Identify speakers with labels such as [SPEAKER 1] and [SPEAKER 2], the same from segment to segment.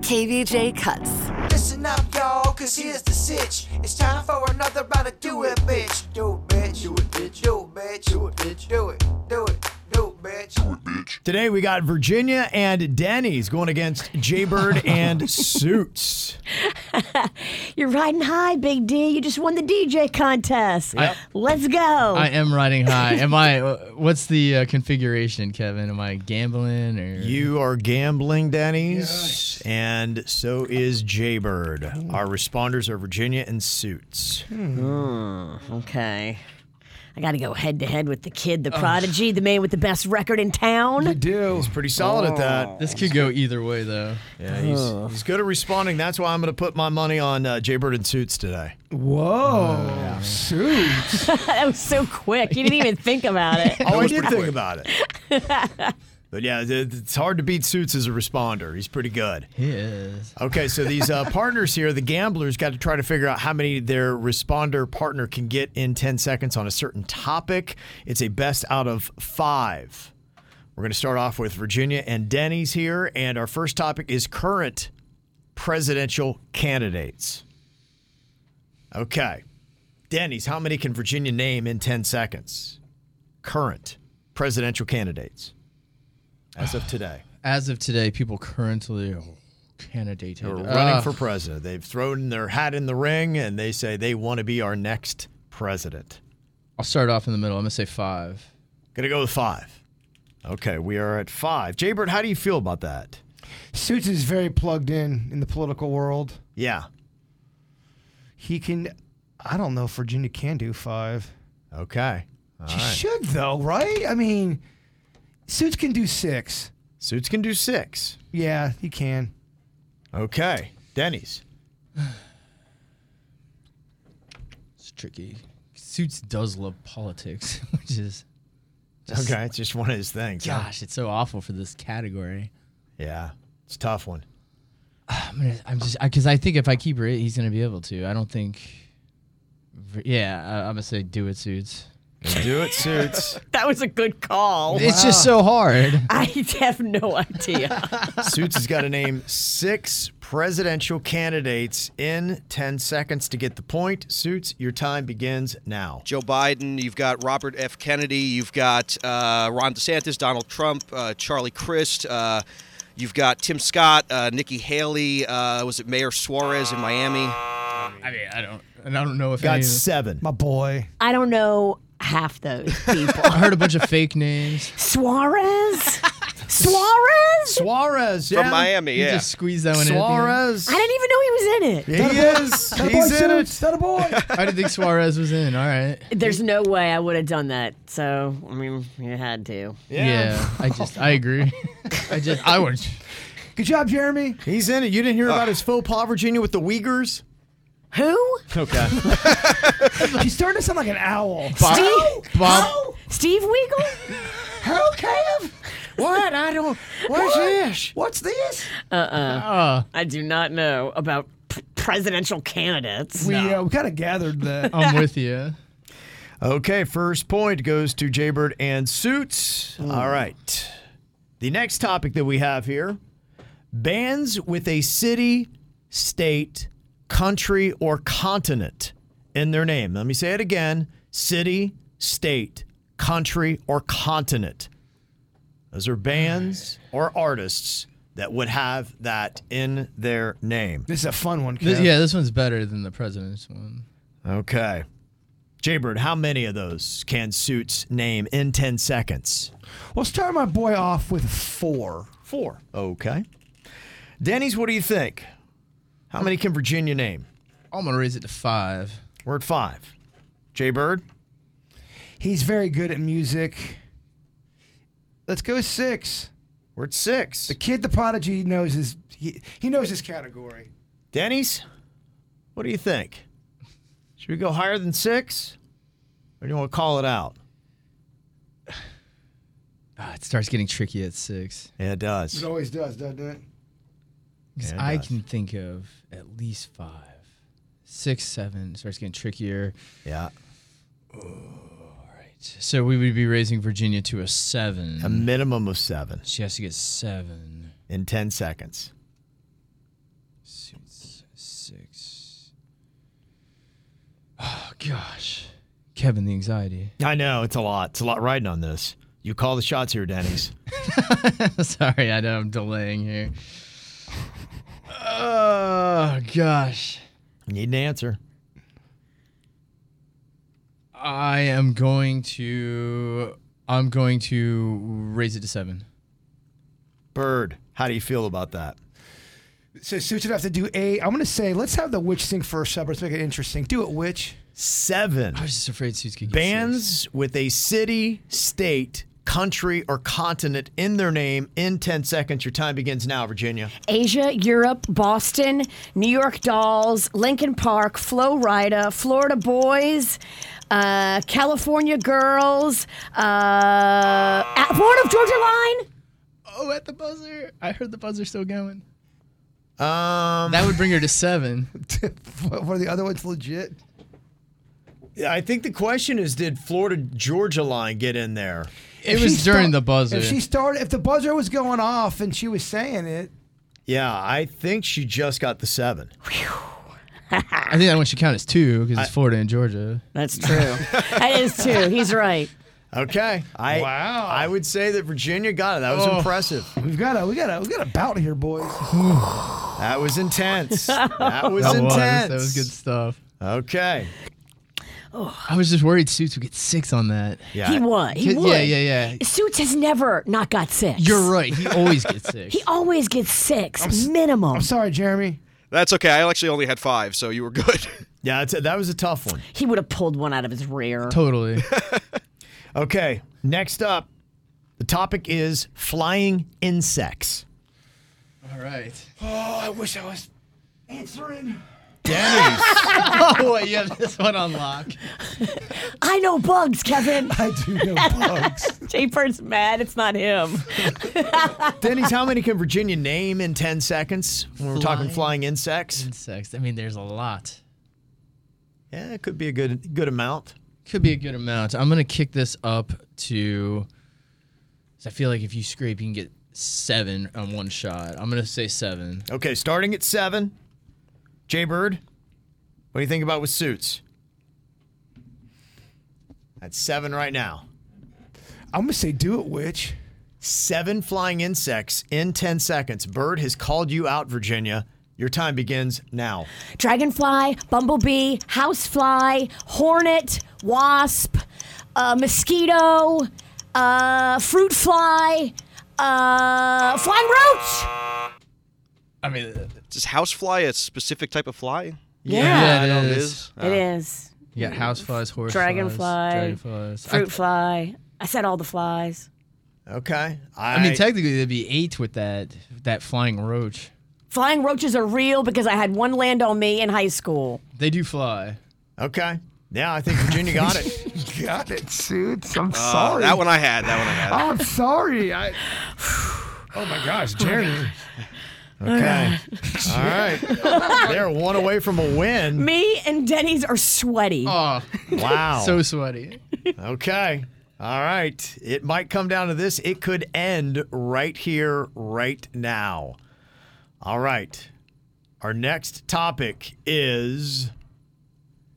[SPEAKER 1] KVJ Cuts.
[SPEAKER 2] Listen up, y'all, cause here's the sitch. It's time for another round of do it, bitch. Do it, bitch. Do it, bitch. Do it, bitch. Do it, bitch. Do it, do it, do it, bitch. Do it, bitch.
[SPEAKER 3] Today we got Virginia and Denny's going against Jaybird and Suits.
[SPEAKER 1] You're riding high, Big D. You just won the DJ contest. Let's go.
[SPEAKER 4] I am riding high. Am I? What's the uh, configuration, Kevin? Am I gambling or?
[SPEAKER 3] You are gambling, Denny's, and so is Jaybird. Our responders are Virginia and Suits.
[SPEAKER 1] okay. I got to go head to head with the kid, the
[SPEAKER 4] Oh.
[SPEAKER 1] prodigy, the man with the best record in town.
[SPEAKER 3] Do. He's pretty solid at that.
[SPEAKER 4] This could go either way, though.
[SPEAKER 3] Yeah, he's, he's good at responding. That's why I'm going to put my money on uh, Jaybird and Suits today.
[SPEAKER 5] Whoa, suits.
[SPEAKER 1] that was so quick. You didn't even think about it.
[SPEAKER 3] Oh, I did think about it. But yeah, it- it's hard to beat Suits as a responder. He's pretty good.
[SPEAKER 4] He is.
[SPEAKER 3] Okay, so these uh, partners here, the gamblers, got to try to figure out how many their responder partner can get in 10 seconds on a certain topic. It's a best out of five. We're going to start off with Virginia and Denny's here, and our first topic is current presidential candidates. Okay. Denny's, how many can Virginia name in 10 seconds? Current presidential candidates as of today.
[SPEAKER 4] As of today, people currently oh, candidate.
[SPEAKER 3] They're
[SPEAKER 4] Uh,
[SPEAKER 3] running for president. They've thrown their hat in the ring and they say they want to be our next president.
[SPEAKER 4] I'll start off in the middle. I'm gonna say five.
[SPEAKER 3] Gonna go with five. Okay, we are at five. Jaybird, how do you feel about that?
[SPEAKER 5] Suits is very plugged in in the political world.
[SPEAKER 3] Yeah.
[SPEAKER 5] He can. I don't know if Virginia can do five.
[SPEAKER 3] Okay.
[SPEAKER 5] she should though, right? I mean, Suits can do six.
[SPEAKER 3] Suits can do six.
[SPEAKER 5] Yeah, he can.
[SPEAKER 3] Okay. Denny's.
[SPEAKER 4] It's tricky. Suits does love politics, which is just,
[SPEAKER 3] Okay, it's just one of his things. huh?
[SPEAKER 4] Gosh, it's so awful for this category.
[SPEAKER 3] Yeah. It's a tough one.
[SPEAKER 4] I'm gonna. I'm just because I think if I keep her, eight, he's gonna be able to. I don't think. Yeah, I, I'm gonna say do it, suits.
[SPEAKER 3] Do it, Suits.
[SPEAKER 1] That was a good call.
[SPEAKER 4] It's just so hard.
[SPEAKER 1] I have no idea.
[SPEAKER 3] Suits has got to name six presidential candidates in 10 seconds to get the point. Suits, your time begins now.
[SPEAKER 6] Joe Biden, you've got Robert F. Kennedy, you've got uh, Ron DeSantis, Donald Trump, uh, Charlie Crist, uh, you've got Tim Scott, uh, Nikki Haley, uh, was it Mayor Suarez in Miami?
[SPEAKER 4] I mean, I don't. And I don't know if any
[SPEAKER 3] Got
[SPEAKER 4] of-
[SPEAKER 3] seven.
[SPEAKER 5] My boy.
[SPEAKER 1] I don't know half those people.
[SPEAKER 4] I heard a bunch of fake names.
[SPEAKER 1] Suarez? Suarez?
[SPEAKER 3] Suarez
[SPEAKER 6] From
[SPEAKER 3] yeah.
[SPEAKER 6] Miami,
[SPEAKER 4] You
[SPEAKER 6] yeah.
[SPEAKER 4] just squeeze that one
[SPEAKER 3] Suarez.
[SPEAKER 1] I didn't even know he was in it.
[SPEAKER 3] He is.
[SPEAKER 5] That a boy,
[SPEAKER 3] He's in
[SPEAKER 5] Suits.
[SPEAKER 3] it.
[SPEAKER 5] That a boy.
[SPEAKER 4] in. I didn't think Suarez was in. All right.
[SPEAKER 1] There's no way I would have done that. So, I mean, you had to.
[SPEAKER 4] Yeah. I just, I agree. I just, I would.
[SPEAKER 5] Good job, Jeremy.
[SPEAKER 3] He's in it. You didn't hear about his faux pas, Virginia, with the Uyghurs?
[SPEAKER 1] Who?
[SPEAKER 3] Okay.
[SPEAKER 5] She's starting to sound like an owl.
[SPEAKER 4] Bob, Bob,
[SPEAKER 1] Steve Weagle?
[SPEAKER 5] Hell, Kev.
[SPEAKER 3] what? I don't. What's this?
[SPEAKER 5] What's this?
[SPEAKER 1] I do not know about p- presidential candidates.
[SPEAKER 5] We uh, we kind of gathered that.
[SPEAKER 4] I'm with you.
[SPEAKER 3] Okay, first point goes to Jaybird and Suits. All right. The next topic that we have here bands with a city, state, country, or continent in their name. Let me say it again city, state, country, or continent. Those are bands or artists that would have that in their name.
[SPEAKER 5] This is a fun one, Kev.
[SPEAKER 4] This, yeah, this one's better than the president's one.
[SPEAKER 3] Okay. Jaybird, how many of those can Suits name in 10 seconds?
[SPEAKER 5] We'll start my boy off with four.
[SPEAKER 3] Four. Okay. Denny's, what do you think? How many can Virginia name?
[SPEAKER 4] I'm gonna raise it to five.
[SPEAKER 3] We're at five. Jay Bird?
[SPEAKER 5] He's very good at music. Let's go six.
[SPEAKER 3] We're at six.
[SPEAKER 5] The kid, the prodigy, knows his he, he knows his category.
[SPEAKER 3] Denny's, what do you think? Should we go higher than six? Or do you want to call it out?
[SPEAKER 4] Ah, it starts getting tricky at six.
[SPEAKER 3] Yeah, it does.
[SPEAKER 5] It always does, doesn't it?
[SPEAKER 4] 'Cause
[SPEAKER 3] Yeah, it
[SPEAKER 4] I
[SPEAKER 3] does.
[SPEAKER 4] can think of at least five. Six, seven starts getting trickier.
[SPEAKER 3] Yeah.
[SPEAKER 4] So we would be raising Virginia to a seven.
[SPEAKER 3] A minimum of seven
[SPEAKER 4] she has to get seven.
[SPEAKER 3] in 10 seconds.
[SPEAKER 4] Six. six. Oh, gosh. Kevin, the anxiety.
[SPEAKER 3] I know, it's a lot. It's a lot riding on this. You call the shots here, Denny's.
[SPEAKER 4] Sorry, I know I'm delaying here. Oh, gosh.
[SPEAKER 3] You Need an answer.
[SPEAKER 4] I am going to. I'm going to raise it to seven.
[SPEAKER 3] Bird, how do you feel about that?
[SPEAKER 5] So Suits would have to do eight. I'm gonna say let's have the witch sing first up. Let's make it interesting. Do it, witch.
[SPEAKER 3] Seven.
[SPEAKER 4] I was just afraid Suits could get six.
[SPEAKER 3] Bands with a city, state, country, or continent in their name in 10 seconds. Your time begins now, Virginia.
[SPEAKER 1] Asia, Europe, Boston, New York Dolls, Lincoln Park, Flo Rida, Florida Boys, uh, California Girls, uh, at Born of Georgia Line.
[SPEAKER 4] Oh, at the buzzer! I heard the buzzer still going.
[SPEAKER 3] Um,
[SPEAKER 4] That would bring her to seven.
[SPEAKER 5] what what are the other ones legit?
[SPEAKER 3] I think the question is did Florida Georgia line get in there?
[SPEAKER 4] It
[SPEAKER 5] If
[SPEAKER 4] was
[SPEAKER 5] she
[SPEAKER 4] during
[SPEAKER 5] start-
[SPEAKER 4] the buzzer.
[SPEAKER 5] If she started, if the buzzer was going off and she was saying it,
[SPEAKER 3] Yeah, I think she just got the seven.
[SPEAKER 4] I think that one should count as two because it's Florida and Georgia.
[SPEAKER 1] That's true. that is true. He's right.
[SPEAKER 3] Okay. I,
[SPEAKER 5] Wow.
[SPEAKER 3] I would say that Virginia got it. That was impressive.
[SPEAKER 5] we've got a we got a we got a bout here, boys.
[SPEAKER 3] That was intense. That was
[SPEAKER 4] That was,
[SPEAKER 3] intense.
[SPEAKER 4] that was good stuff.
[SPEAKER 3] Okay.
[SPEAKER 4] I was just worried Suits would get six on that.
[SPEAKER 3] Yeah.
[SPEAKER 1] He would. He would.
[SPEAKER 4] Yeah, yeah, yeah.
[SPEAKER 1] Suits has never not got six.
[SPEAKER 4] You're right. He always gets six.
[SPEAKER 1] He always gets 6 minimum.
[SPEAKER 5] I'm sorry, Jeremy.
[SPEAKER 6] That's okay. I actually only had five, so you were good.
[SPEAKER 3] Yeah, that's a, that was a tough one.
[SPEAKER 1] He would have pulled one out of his rear.
[SPEAKER 4] totally.
[SPEAKER 3] Okay. Next up, the topic is flying insects.
[SPEAKER 4] All right.
[SPEAKER 5] Oh, I wish I was answering.
[SPEAKER 3] Denny's.
[SPEAKER 4] Oh wait, you have this one on lock.
[SPEAKER 1] I know bugs, Kevin.
[SPEAKER 5] I do know bugs.
[SPEAKER 1] Jay Bird's mad. It's not him.
[SPEAKER 3] Denny's, how many can Virginia name in 10 seconds when we're talking flying insects?
[SPEAKER 4] Insects. I mean, there's a lot.
[SPEAKER 3] Yeah, it could be a good good amount.
[SPEAKER 4] Could be a good amount. I'm gonna kick this up to. 'cause I feel like if you scrape, you can get seven on one shot. I'm gonna say seven.
[SPEAKER 3] Okay, starting at seven. Jay Bird, what do you think about with suits? That's seven right now.
[SPEAKER 5] I'm gonna say do it, witch.
[SPEAKER 3] Seven flying insects in 10 seconds. Bird has called you out, Virginia. Your time begins now.
[SPEAKER 1] Dragonfly, bumblebee, housefly, hornet, wasp, uh, mosquito, uh, fruit fly, uh, flying roach.
[SPEAKER 4] I mean, uh,
[SPEAKER 6] Does housefly a specific type of fly?
[SPEAKER 4] yeah,
[SPEAKER 6] I
[SPEAKER 4] it
[SPEAKER 6] know it
[SPEAKER 4] is.
[SPEAKER 6] is.
[SPEAKER 1] It
[SPEAKER 5] Uh,
[SPEAKER 1] is.
[SPEAKER 4] You got houseflies, horse
[SPEAKER 1] Dragonfly,
[SPEAKER 4] flies, dragonflies.
[SPEAKER 1] Fruit
[SPEAKER 4] I,
[SPEAKER 1] fly. I said all the flies.
[SPEAKER 3] Okay.
[SPEAKER 4] I mean, technically, there'd be eight with that that flying roach.
[SPEAKER 1] Flying roaches are real because I had one land on me in high school.
[SPEAKER 4] They do fly.
[SPEAKER 3] okay. Yeah, I think Virginia got it.
[SPEAKER 5] Got it, suits. I'm
[SPEAKER 6] Uh,
[SPEAKER 5] sorry.
[SPEAKER 6] That one I had. That one I had.
[SPEAKER 5] I'm sorry. I. Oh my gosh, Jeremy.
[SPEAKER 3] Okay. All right. They're one away from a win.
[SPEAKER 1] Me and Denny's are sweaty.
[SPEAKER 4] Oh,
[SPEAKER 3] Wow.
[SPEAKER 4] so sweaty.
[SPEAKER 3] Okay. All right. It might come down to this. It could end right here, right now. All right. Our next topic is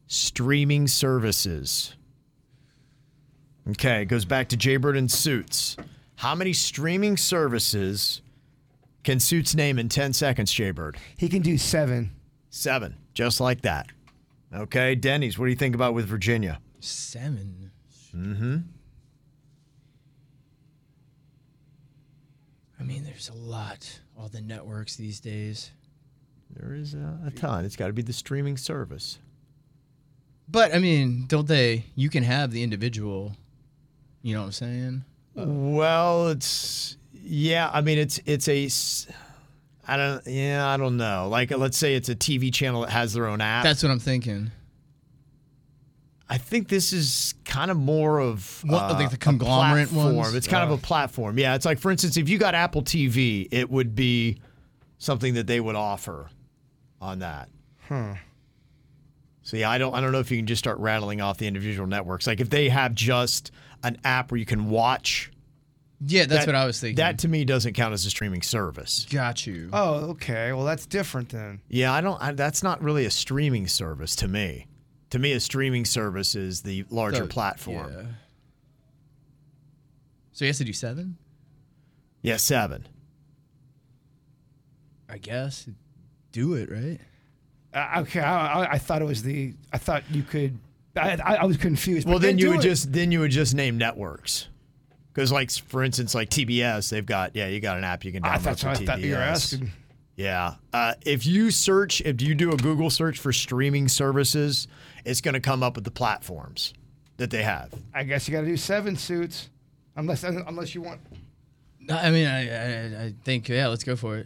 [SPEAKER 3] streaming services. Okay. It goes back to Jaybird and Suits. How many streaming services can Suits name in 10 seconds, Jaybird?
[SPEAKER 5] He can do seven.
[SPEAKER 3] Seven, just like that. Okay. Denny's, what do you think about with Virginia?
[SPEAKER 4] Seven. Mm-hmm. I mean, there's a lot. All the networks these days.
[SPEAKER 3] There is a, a ton. It's got to be the streaming service.
[SPEAKER 4] But I mean, don't they? You can have the individual. You know what I'm saying?
[SPEAKER 3] Uh, Well, it's Yeah, I mean it's it's a s- I don't yeah, I don't know. Like let's say it's a TV channel that has their own app.
[SPEAKER 4] That's what I'm thinking.
[SPEAKER 3] I think this is kind of more of
[SPEAKER 4] What,
[SPEAKER 3] uh,
[SPEAKER 4] like the
[SPEAKER 3] a
[SPEAKER 4] conglomerate
[SPEAKER 3] platform.
[SPEAKER 4] ones?
[SPEAKER 3] It's kind of a platform. Yeah, it's like for instance, if you got Apple TV, it would be something that they would offer on that. So yeah, I don't I don't know if you can just start rattling off the individual networks. Like if they have just an app where you can watch,
[SPEAKER 4] Yeah, that's
[SPEAKER 3] that-
[SPEAKER 4] what I was thinking.
[SPEAKER 3] That to me doesn't count as a streaming service.
[SPEAKER 4] got you.
[SPEAKER 5] Oh, okay. Well, that's different then.
[SPEAKER 3] Yeah, I don't. I, that's not really a streaming service to me. To me, a streaming service is the larger
[SPEAKER 4] So-
[SPEAKER 3] platform.
[SPEAKER 4] yeah. So he has to do seven,
[SPEAKER 3] Yeah, seven.
[SPEAKER 4] I guess. Do it right.
[SPEAKER 5] Uh, okay, I, I, I thought it was the. I thought you could. I, I, I was confused. but
[SPEAKER 3] Well, then
[SPEAKER 5] they
[SPEAKER 3] you
[SPEAKER 5] do
[SPEAKER 3] would
[SPEAKER 5] it.
[SPEAKER 3] just then you would just name networks. Because, like s- for instance, like TBS, they've got yeah, you got an app you can download
[SPEAKER 5] I, that's
[SPEAKER 3] from
[SPEAKER 5] what
[SPEAKER 3] TBS.
[SPEAKER 5] I thought you were asking.
[SPEAKER 3] Yeah, uh, if you search, if you do a Google search for streaming services, it's going to come up with the platforms that they have.
[SPEAKER 5] I guess you got to do seven suits, unless unless you want.
[SPEAKER 4] No, I mean, I, I, I think yeah, let's go for it.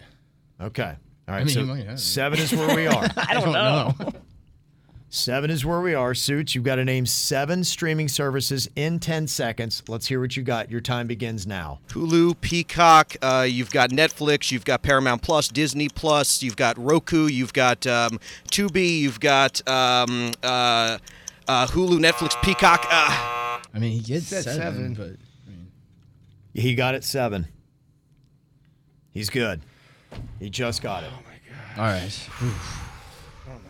[SPEAKER 3] Okay, all right.
[SPEAKER 4] mean, you
[SPEAKER 3] so
[SPEAKER 4] might have it.
[SPEAKER 3] seven is where we are.
[SPEAKER 4] I don't, know.
[SPEAKER 3] Seven is where we are. Suits, you've got to name seven streaming services in 10 seconds. Let's hear what you got. Your time begins now.
[SPEAKER 6] Hulu, Peacock. Uh, you've got Netflix. You've got Paramount Plus, Disney Plus. You've got Roku. You've got um, Tubi. You've got um, uh, uh, Hulu, Netflix, Peacock. Uh,
[SPEAKER 4] I mean, he gets
[SPEAKER 5] Said
[SPEAKER 4] seven,
[SPEAKER 5] seven.
[SPEAKER 4] but
[SPEAKER 3] He got it seven. He's good. He just got it.
[SPEAKER 4] all right. Oh my god.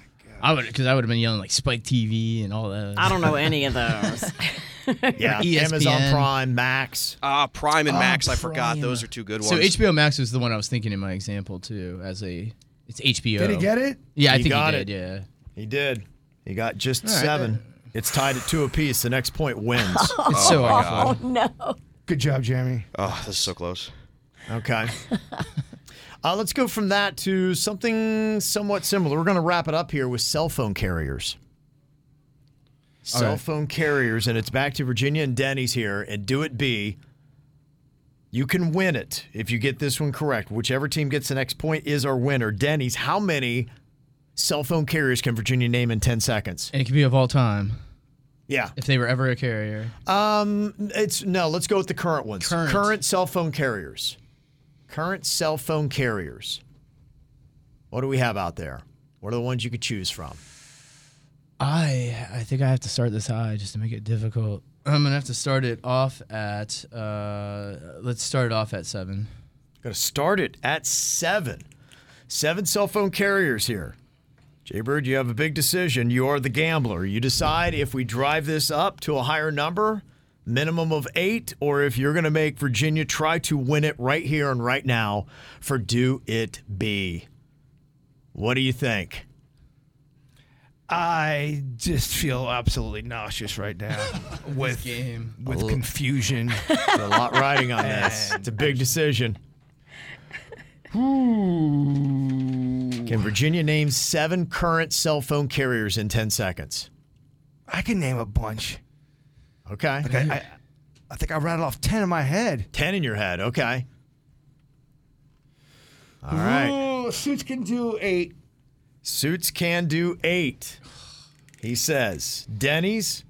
[SPEAKER 4] I would, because I would have been yelling like Spike TV and all that.
[SPEAKER 7] I don't know any of those.
[SPEAKER 3] Yeah. Amazon
[SPEAKER 4] ESPN.
[SPEAKER 3] Prime, Max.
[SPEAKER 6] ah, Prime and Max. I forgot.
[SPEAKER 4] Prime.
[SPEAKER 6] Those are two good ones.
[SPEAKER 4] So HBO Max was the one I was thinking in my example too. As a, it's HBO.
[SPEAKER 5] Did he get it?
[SPEAKER 4] Yeah, I
[SPEAKER 3] He
[SPEAKER 4] think
[SPEAKER 3] got
[SPEAKER 4] he
[SPEAKER 3] it.
[SPEAKER 4] did. Yeah.
[SPEAKER 3] He did. He got just
[SPEAKER 4] right.
[SPEAKER 3] seven. It's tied at two apiece. The next point wins.
[SPEAKER 4] It's so
[SPEAKER 1] Oh,
[SPEAKER 4] awful.
[SPEAKER 5] Good job, Jeremy.
[SPEAKER 6] Oh, this is so close.
[SPEAKER 3] Okay. Uh, let's go from that to something somewhat similar. We're going to wrap it up here with cell phone carriers.
[SPEAKER 4] All
[SPEAKER 3] Cell
[SPEAKER 4] right.
[SPEAKER 3] phone carriers, and it's back to Virginia and Denny's here. And do it B. You can win it if you get this one correct. Whichever team gets the next point is our winner. Denny's, how many cell phone carriers can Virginia name in 10 seconds?
[SPEAKER 4] And it could be of all time
[SPEAKER 3] Yeah.
[SPEAKER 4] if they were ever a carrier.
[SPEAKER 3] It's no. Let's go with the current ones.
[SPEAKER 4] Current.
[SPEAKER 3] cell phone carriers. Current cell phone carriers. What do we have out there? What are the ones you could choose from?
[SPEAKER 4] I I think I have to start this high just to make it difficult. I'm gonna have to start it off at uh let's start it off at seven.
[SPEAKER 3] Going to start it at seven. Seven cell phone carriers here. Jaybird, you have a big decision. You are the gambler. You decide if we drive this up to a higher number, minimum of eight, or if you're going to make Virginia try to win it right here and right now for Do It Be. What do you think?
[SPEAKER 5] I just feel absolutely nauseous right now with
[SPEAKER 4] game.
[SPEAKER 5] with confusion.
[SPEAKER 3] There's a lot riding on this. It's a big decision. Can Virginia name seven current cell phone carriers in 10 seconds?
[SPEAKER 5] I can name a bunch.
[SPEAKER 3] Okay.
[SPEAKER 5] Like I, I, I think I rattled off ten in my head.
[SPEAKER 3] 10 in your head. Okay. All right.
[SPEAKER 5] Ooh, suits can do eight.
[SPEAKER 3] Suits can do eight. He says. Denny's.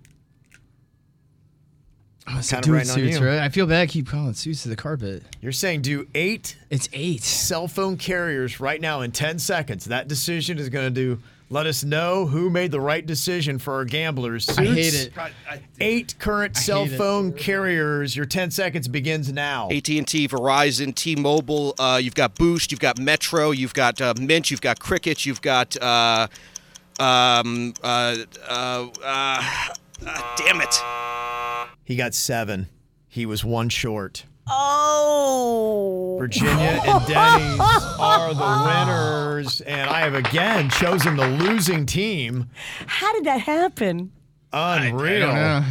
[SPEAKER 4] I'm
[SPEAKER 3] kinda
[SPEAKER 4] doing
[SPEAKER 3] right on
[SPEAKER 4] suits,
[SPEAKER 3] you.
[SPEAKER 4] right? I feel bad I keep calling suits to the carpet.
[SPEAKER 3] You're saying do eight
[SPEAKER 4] It's eight.
[SPEAKER 3] cell phone carriers right now in 10 seconds. That decision is going to do. Let us know who made the right decision for our gamblers.
[SPEAKER 4] I hate
[SPEAKER 3] Suits?
[SPEAKER 4] it.
[SPEAKER 3] eight current cell
[SPEAKER 4] hate it.
[SPEAKER 3] phone carriers. Your 10 seconds begins now.
[SPEAKER 6] AT&T, Verizon, T-Mobile. Uh, you've got Boost. You've got Metro. You've got uh, Mint. You've got Cricket. You've got. Uh, um. Uh. Uh. uh, uh damn it.
[SPEAKER 3] He got seven. He was one short.
[SPEAKER 7] oh.
[SPEAKER 3] Virginia and Denny's are the winners. And I have again chosen the losing team.
[SPEAKER 7] How did that happen?
[SPEAKER 3] Unreal.
[SPEAKER 4] Yeah.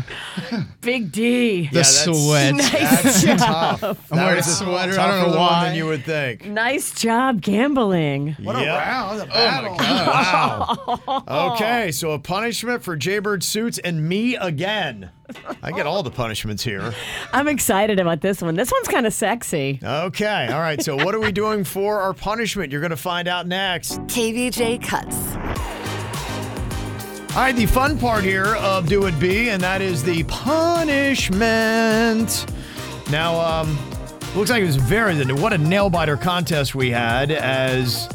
[SPEAKER 1] Big D.
[SPEAKER 4] The sweat.
[SPEAKER 1] Nice job.
[SPEAKER 4] I'm wearing
[SPEAKER 3] That
[SPEAKER 4] a
[SPEAKER 3] was
[SPEAKER 4] sweater. I
[SPEAKER 3] tougher
[SPEAKER 4] don't know
[SPEAKER 3] than
[SPEAKER 4] why.
[SPEAKER 3] One than you would think.
[SPEAKER 1] Nice job gambling.
[SPEAKER 5] What a
[SPEAKER 3] Yep. Oh
[SPEAKER 5] round! That was a battle.
[SPEAKER 3] Wow. okay, so a punishment for Jaybird Suits and me again. I get all the punishments here.
[SPEAKER 1] I'm excited about this one. This one's kind of sexy.
[SPEAKER 3] Okay, all right. So, what are we doing for our punishment? You're going to find out next.
[SPEAKER 8] KVJ Cuts.
[SPEAKER 3] All right, the fun part here of Do It Be, and that is the punishment. Now, um, looks like it was very, what a nail biter contest we had as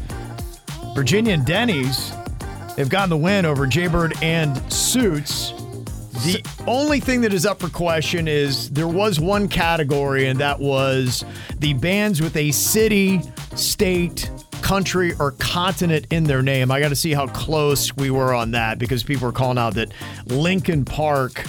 [SPEAKER 3] Virginia and Denny's have gotten the win over Jaybird and Suits. The only thing that is up for question is there was one category, and that was the bands with a city, state, country, or continent in their name. I got to see how close we were on that because people were calling out that Lincoln Park.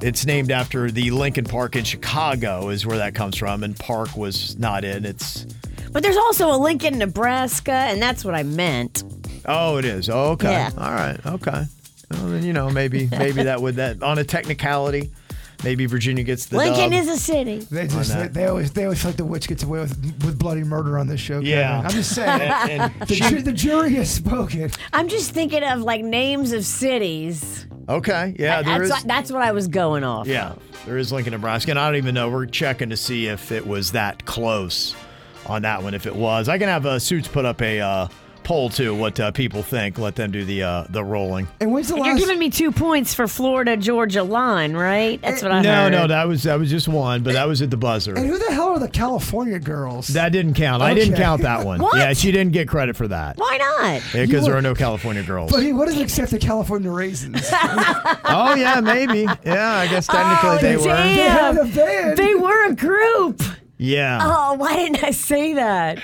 [SPEAKER 3] It's named after the Lincoln Park in Chicago, is where that comes from, and Park was not in. It's
[SPEAKER 1] But there's also a Lincoln, Nebraska, and that's what I meant.
[SPEAKER 3] Oh, it is. Oh, okay.
[SPEAKER 1] Yeah.
[SPEAKER 3] All right. Okay. Well, then you know maybe maybe that would that on a technicality, maybe Virginia gets the
[SPEAKER 1] Lincoln
[SPEAKER 3] dub.
[SPEAKER 1] is a city.
[SPEAKER 5] They just they, they always they always feel like the witch gets away with with bloody murder on this show. Kevin.
[SPEAKER 3] Yeah.
[SPEAKER 5] I'm just saying.
[SPEAKER 3] And-
[SPEAKER 5] the, ju- the jury has spoken.
[SPEAKER 1] I'm just thinking of like names of cities.
[SPEAKER 3] okay. Yeah. There
[SPEAKER 1] that's,
[SPEAKER 3] is.
[SPEAKER 1] what, that's what I was going off.
[SPEAKER 3] yeah. There is Lincoln, Nebraska, and I don't even know. We're checking to see if it was that close on that one. If it was, I can have uh, suits put up a uh, poll too. What uh, people think. Let them do the uh, the rolling.
[SPEAKER 5] And when's the
[SPEAKER 1] You're
[SPEAKER 5] last?
[SPEAKER 1] giving me two points for Florida Georgia line, right? That's what I
[SPEAKER 3] No,
[SPEAKER 1] heard.
[SPEAKER 3] no, that was that was just one, but that was at the buzzer.
[SPEAKER 5] and who the hell are the California girls?
[SPEAKER 3] That didn't count. I didn't
[SPEAKER 5] Okay.
[SPEAKER 3] count that one.
[SPEAKER 1] What?
[SPEAKER 3] Yeah, she didn't get credit for that
[SPEAKER 1] Why not?
[SPEAKER 3] because
[SPEAKER 5] You
[SPEAKER 3] there
[SPEAKER 5] were-
[SPEAKER 3] are no California girls.
[SPEAKER 5] but he what does accept the California raisins?
[SPEAKER 3] Oh yeah, maybe. Yeah, I guess technically
[SPEAKER 1] Oh,
[SPEAKER 3] they were.
[SPEAKER 1] damn.
[SPEAKER 5] They had a band.
[SPEAKER 1] They were a group.
[SPEAKER 3] Yeah.
[SPEAKER 1] Oh, why didn't I say that?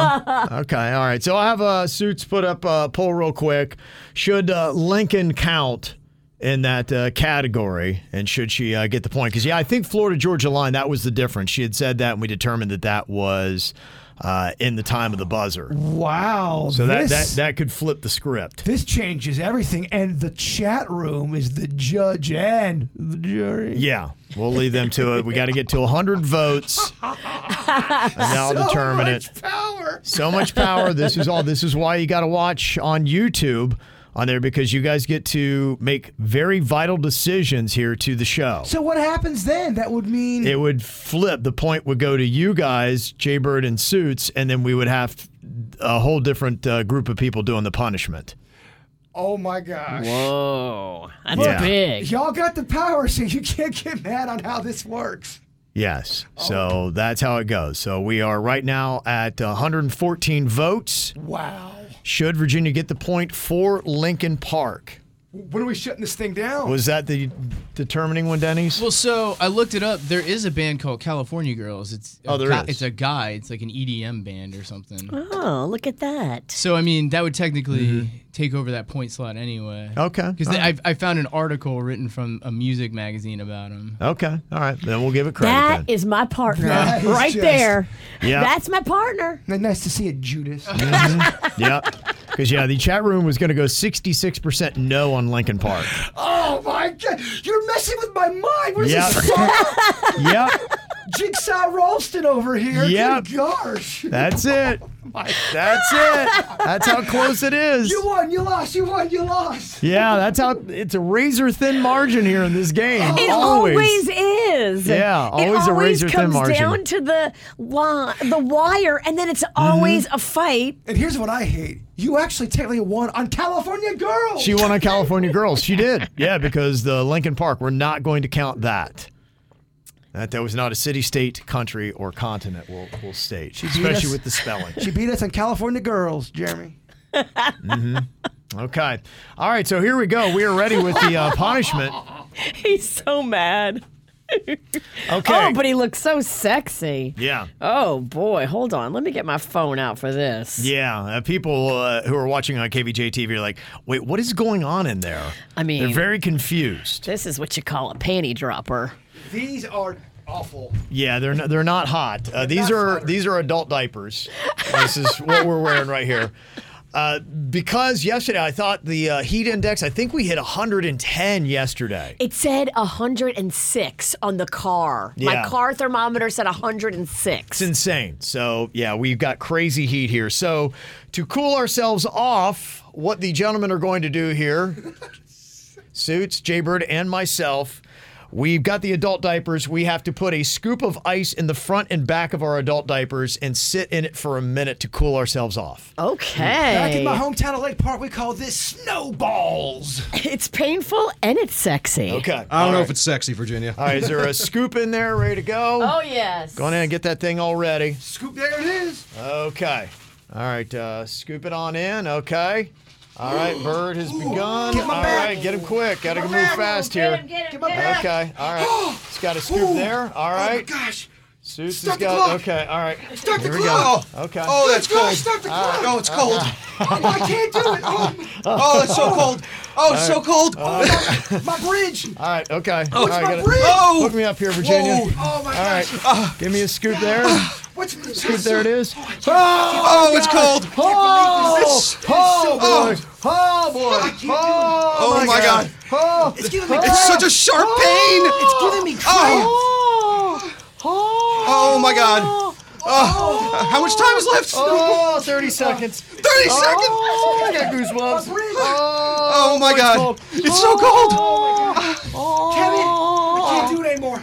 [SPEAKER 3] Okay. All right. So I have uh, suits put up uh, poll real quick. Should uh, Lincoln count in that uh, category, and should she uh, get the point? Because yeah, I think Florida Georgia line that was the difference. She had said that, and we determined that that was uh, in the time of the buzzer.
[SPEAKER 5] wow.
[SPEAKER 3] So that
[SPEAKER 5] this,
[SPEAKER 3] that that could flip the script.
[SPEAKER 5] this changes everything. And the chat room is the judge and the jury.
[SPEAKER 3] Yeah, we'll leave them to it. We got to get to 100 votes, and that'll determine it.
[SPEAKER 5] Power.
[SPEAKER 3] so much power. This is all. This is why you got to watch on YouTube on there because you guys get to make very vital decisions here to the show.
[SPEAKER 5] So what happens then? That would mean
[SPEAKER 3] It would flip. The point would go to you guys, Jaybird and Suits, and then we would have a whole different uh, group of people doing the punishment.
[SPEAKER 5] oh my gosh.
[SPEAKER 7] Whoa. That's
[SPEAKER 3] Yeah.
[SPEAKER 7] big.
[SPEAKER 5] Y'all got the power, so you can't get mad on how this works.
[SPEAKER 3] Yes. So that's how it goes. So we are right now at 114 votes.
[SPEAKER 5] Wow.
[SPEAKER 3] Should Virginia get the point for Lincoln Park?
[SPEAKER 5] When are we shutting this thing down?
[SPEAKER 3] Was that the determining one, Denny's?
[SPEAKER 4] Well, so I looked it up. There is a band called California Girls. It's a
[SPEAKER 3] Oh, there
[SPEAKER 4] guy-
[SPEAKER 3] is.
[SPEAKER 4] It's a guy. It's like an EDM band or something.
[SPEAKER 1] Oh, look at that.
[SPEAKER 4] So I mean, that would technically take over that point slot anyway.
[SPEAKER 3] Mm-hmm. Okay.
[SPEAKER 4] Because I, I found an article written from a music magazine about him.
[SPEAKER 3] Okay. All right. Then we'll give it credit.
[SPEAKER 1] That
[SPEAKER 3] then.
[SPEAKER 1] is my partner
[SPEAKER 5] That is
[SPEAKER 1] right
[SPEAKER 5] just-
[SPEAKER 1] there.
[SPEAKER 3] Yeah.
[SPEAKER 1] That's my partner.
[SPEAKER 5] nice to see it, Judas.
[SPEAKER 3] yeah. Because, yeah, the chat room was going to go 66% no on Lincoln Park.
[SPEAKER 5] oh my god, you're messing with my mind. Where's
[SPEAKER 3] Yep.
[SPEAKER 5] this song?
[SPEAKER 3] yep.
[SPEAKER 5] Jigsaw Ralston over here.
[SPEAKER 3] Yep.
[SPEAKER 5] Good gosh.
[SPEAKER 3] That's it. That's it. That's how close it is.
[SPEAKER 5] You won, you lost, you won, you lost.
[SPEAKER 3] Yeah, that's how it's a razor thin margin here in this game.
[SPEAKER 1] It always, is.
[SPEAKER 3] Yeah, always
[SPEAKER 1] it
[SPEAKER 3] a
[SPEAKER 1] always
[SPEAKER 3] razor-thin
[SPEAKER 1] comes
[SPEAKER 3] margin.
[SPEAKER 1] down to the line, the wire, and then it's
[SPEAKER 3] Mm-hmm.
[SPEAKER 1] always a fight.
[SPEAKER 5] And here's what I hate. You actually technically won on California Girl.
[SPEAKER 3] She won on California Girls. She did. Yeah, because the Lincoln Park, we're not going to count that. That, that was not a city, state, country, or continent, we'll, we'll state, especially
[SPEAKER 5] us.
[SPEAKER 3] with the spelling.
[SPEAKER 5] she beat us on California Girls, Jeremy.
[SPEAKER 3] Okay. All right. So here we go. We are ready with the uh, punishment.
[SPEAKER 1] Oh, He's so mad.
[SPEAKER 3] Okay.
[SPEAKER 1] Oh, but he looks so sexy.
[SPEAKER 3] yeah.
[SPEAKER 1] Oh boy, hold on. Let me get my phone out for this.
[SPEAKER 3] Yeah. Uh, people uh, who are watching on KVJ TV are like, wait, what is going on in there?
[SPEAKER 1] I mean-
[SPEAKER 3] they're very confused.
[SPEAKER 1] This is what you call a panty dropper.
[SPEAKER 5] These are awful.
[SPEAKER 3] Yeah. They're not, they're not hot. Uh, these
[SPEAKER 5] not
[SPEAKER 3] are
[SPEAKER 5] hotter.
[SPEAKER 3] these are adult diapers. this is what we're wearing right here. Uh, because yesterday I thought the uh, heat index, I think we hit 110 yesterday.
[SPEAKER 1] It said 106 on the car.
[SPEAKER 3] Yeah.
[SPEAKER 1] My car thermometer said 106.
[SPEAKER 3] It's insane. So, yeah, we've got crazy heat here. So, to cool ourselves off, what the gentlemen are going to do here, Suits, Jay Bird, and myself, we've got the adult diapers. We have to put a scoop of ice in the front and back of our adult diapers and sit in it for a minute to cool ourselves off.
[SPEAKER 5] Back in my
[SPEAKER 1] Okay.
[SPEAKER 5] hometown of Lake Park, we call this snowballs.
[SPEAKER 1] It's painful and it's sexy.
[SPEAKER 3] Okay.
[SPEAKER 8] I don't know if it's sexy, Virginia.
[SPEAKER 3] All right, is there a scoop in there ready to go?
[SPEAKER 1] Oh, yes.
[SPEAKER 3] Go on in and get that thing all ready.
[SPEAKER 5] Scoop, there it is.
[SPEAKER 3] Okay. All right, uh, scoop it on in. Okay. All right, Bird has begun.
[SPEAKER 5] Get my
[SPEAKER 3] all
[SPEAKER 5] bag.
[SPEAKER 3] right, get him quick. Got to move
[SPEAKER 5] bag.
[SPEAKER 3] fast here.
[SPEAKER 5] Get my bag.
[SPEAKER 3] Okay. All right. He's got a scoop
[SPEAKER 5] Ooh.
[SPEAKER 3] there. All
[SPEAKER 5] Oh my
[SPEAKER 3] right.
[SPEAKER 5] gosh.
[SPEAKER 3] Suits has
[SPEAKER 5] Start the
[SPEAKER 3] got.
[SPEAKER 5] clock.
[SPEAKER 3] Okay. All right.
[SPEAKER 5] Start the
[SPEAKER 3] Here we
[SPEAKER 5] clock.
[SPEAKER 3] go. Okay.
[SPEAKER 8] Oh, that's
[SPEAKER 5] Gosh,
[SPEAKER 8] cold.
[SPEAKER 5] Start the
[SPEAKER 6] Ah.
[SPEAKER 5] clock.
[SPEAKER 8] Oh, it's cold.
[SPEAKER 5] Oh, I can't do it. Oh,
[SPEAKER 8] Oh, it's so cold. Oh, it's so cold.
[SPEAKER 5] my, my bridge.
[SPEAKER 3] All right. Okay.
[SPEAKER 5] Oh,
[SPEAKER 3] all
[SPEAKER 5] it's
[SPEAKER 3] right,
[SPEAKER 5] my
[SPEAKER 3] gotta-
[SPEAKER 5] bridge.
[SPEAKER 8] Oh.
[SPEAKER 3] Hook me up here, Virginia.
[SPEAKER 8] Whoa.
[SPEAKER 5] Oh my
[SPEAKER 3] All right.
[SPEAKER 5] gosh.
[SPEAKER 8] Uh,
[SPEAKER 5] Ah.
[SPEAKER 3] Give me a scoop there.
[SPEAKER 5] What's
[SPEAKER 3] Scoop there it is.
[SPEAKER 8] Oh, it's cold.
[SPEAKER 3] Oh,
[SPEAKER 8] It's-
[SPEAKER 3] oh,
[SPEAKER 8] oh.
[SPEAKER 3] boy. Oh,
[SPEAKER 5] I
[SPEAKER 3] boy.
[SPEAKER 5] can't do it.
[SPEAKER 3] Oh,
[SPEAKER 8] Oh my god.
[SPEAKER 3] Oh,
[SPEAKER 5] It's giving me Oh.
[SPEAKER 8] It's such a sharp pain.
[SPEAKER 5] It's giving me cramp.
[SPEAKER 3] Oh,
[SPEAKER 8] Oh my god. Oh, how much time is left?
[SPEAKER 3] 30 Oh, seconds.
[SPEAKER 8] 30 seconds.
[SPEAKER 3] Oh, I got goosebumps. Oh,
[SPEAKER 8] Oh my
[SPEAKER 3] it's
[SPEAKER 8] god.
[SPEAKER 3] cold.
[SPEAKER 8] It's so cold.
[SPEAKER 5] Kevin, I can't do it anymore.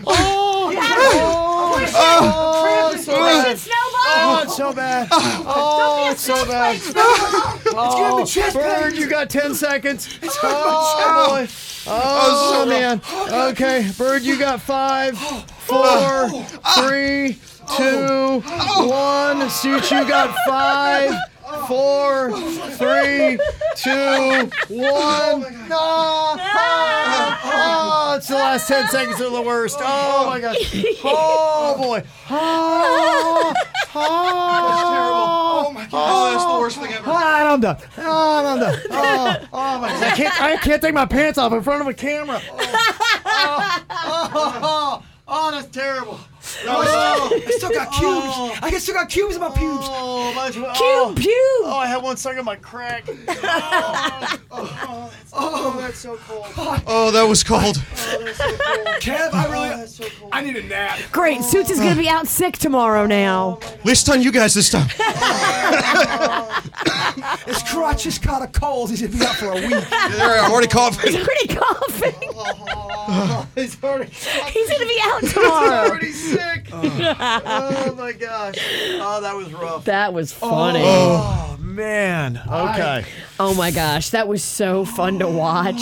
[SPEAKER 3] oh, it's so bad. Oh, it's so bad. Oh, it's so bad. Oh,
[SPEAKER 5] It's giving me chest
[SPEAKER 3] Bird,
[SPEAKER 5] pains.
[SPEAKER 3] you got 10 seconds. Oh, boy. Oh, man. Okay, Bird, you got five, four, three, two, one. Suit, you got five, four, three, two, one. No. Oh, it's the last 10 seconds are the worst. Oh, my gosh. Oh, boy. Oh, oh.
[SPEAKER 8] Oh my god. Oh, that's the worst thing ever.
[SPEAKER 3] Ah, and I'm done. Ah, and I'm done. Oh, oh my! I can't. I can't take my pants off in front of a camera. Oh, oh, oh, oh, that's terrible. Oh,
[SPEAKER 5] I still got cubes. I still got cubes in my pubes.
[SPEAKER 3] oh, my- oh.
[SPEAKER 1] Pew.
[SPEAKER 3] Oh, I had one stuck in my crack. Oh, oh, that's, oh, that's so cold.
[SPEAKER 8] Oh, that was cold.
[SPEAKER 5] Kev, I really.
[SPEAKER 8] Oh.
[SPEAKER 3] That's so cold.
[SPEAKER 5] I need a nap.
[SPEAKER 1] Great. Suits is going to be out sick tomorrow now.
[SPEAKER 3] Oh,
[SPEAKER 8] Least on you guys this time.
[SPEAKER 5] His crotch just caught a cold. He's gonna be out for a week.
[SPEAKER 8] There, I'm already coughing.
[SPEAKER 1] Pretty coughing.
[SPEAKER 3] Oh, It's already,
[SPEAKER 1] He's going to be out tomorrow.
[SPEAKER 3] already sick. Oh my gosh. Oh, that was rough.
[SPEAKER 1] That was funny.
[SPEAKER 3] Oh man. Okay.
[SPEAKER 1] Oh my gosh, that was so fun to watch.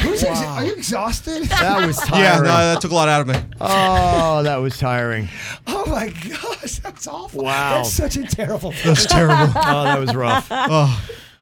[SPEAKER 5] Who's ex- Are you exhausted?
[SPEAKER 3] That was tiring.
[SPEAKER 8] Yeah, no, Uh, that took a lot out of me.
[SPEAKER 3] Oh, that was tiring.
[SPEAKER 5] Oh my gosh, that's awful.
[SPEAKER 3] Wow.
[SPEAKER 5] That's such a terrible.
[SPEAKER 8] That's terrible.
[SPEAKER 3] Oh, that was rough.
[SPEAKER 8] Oh,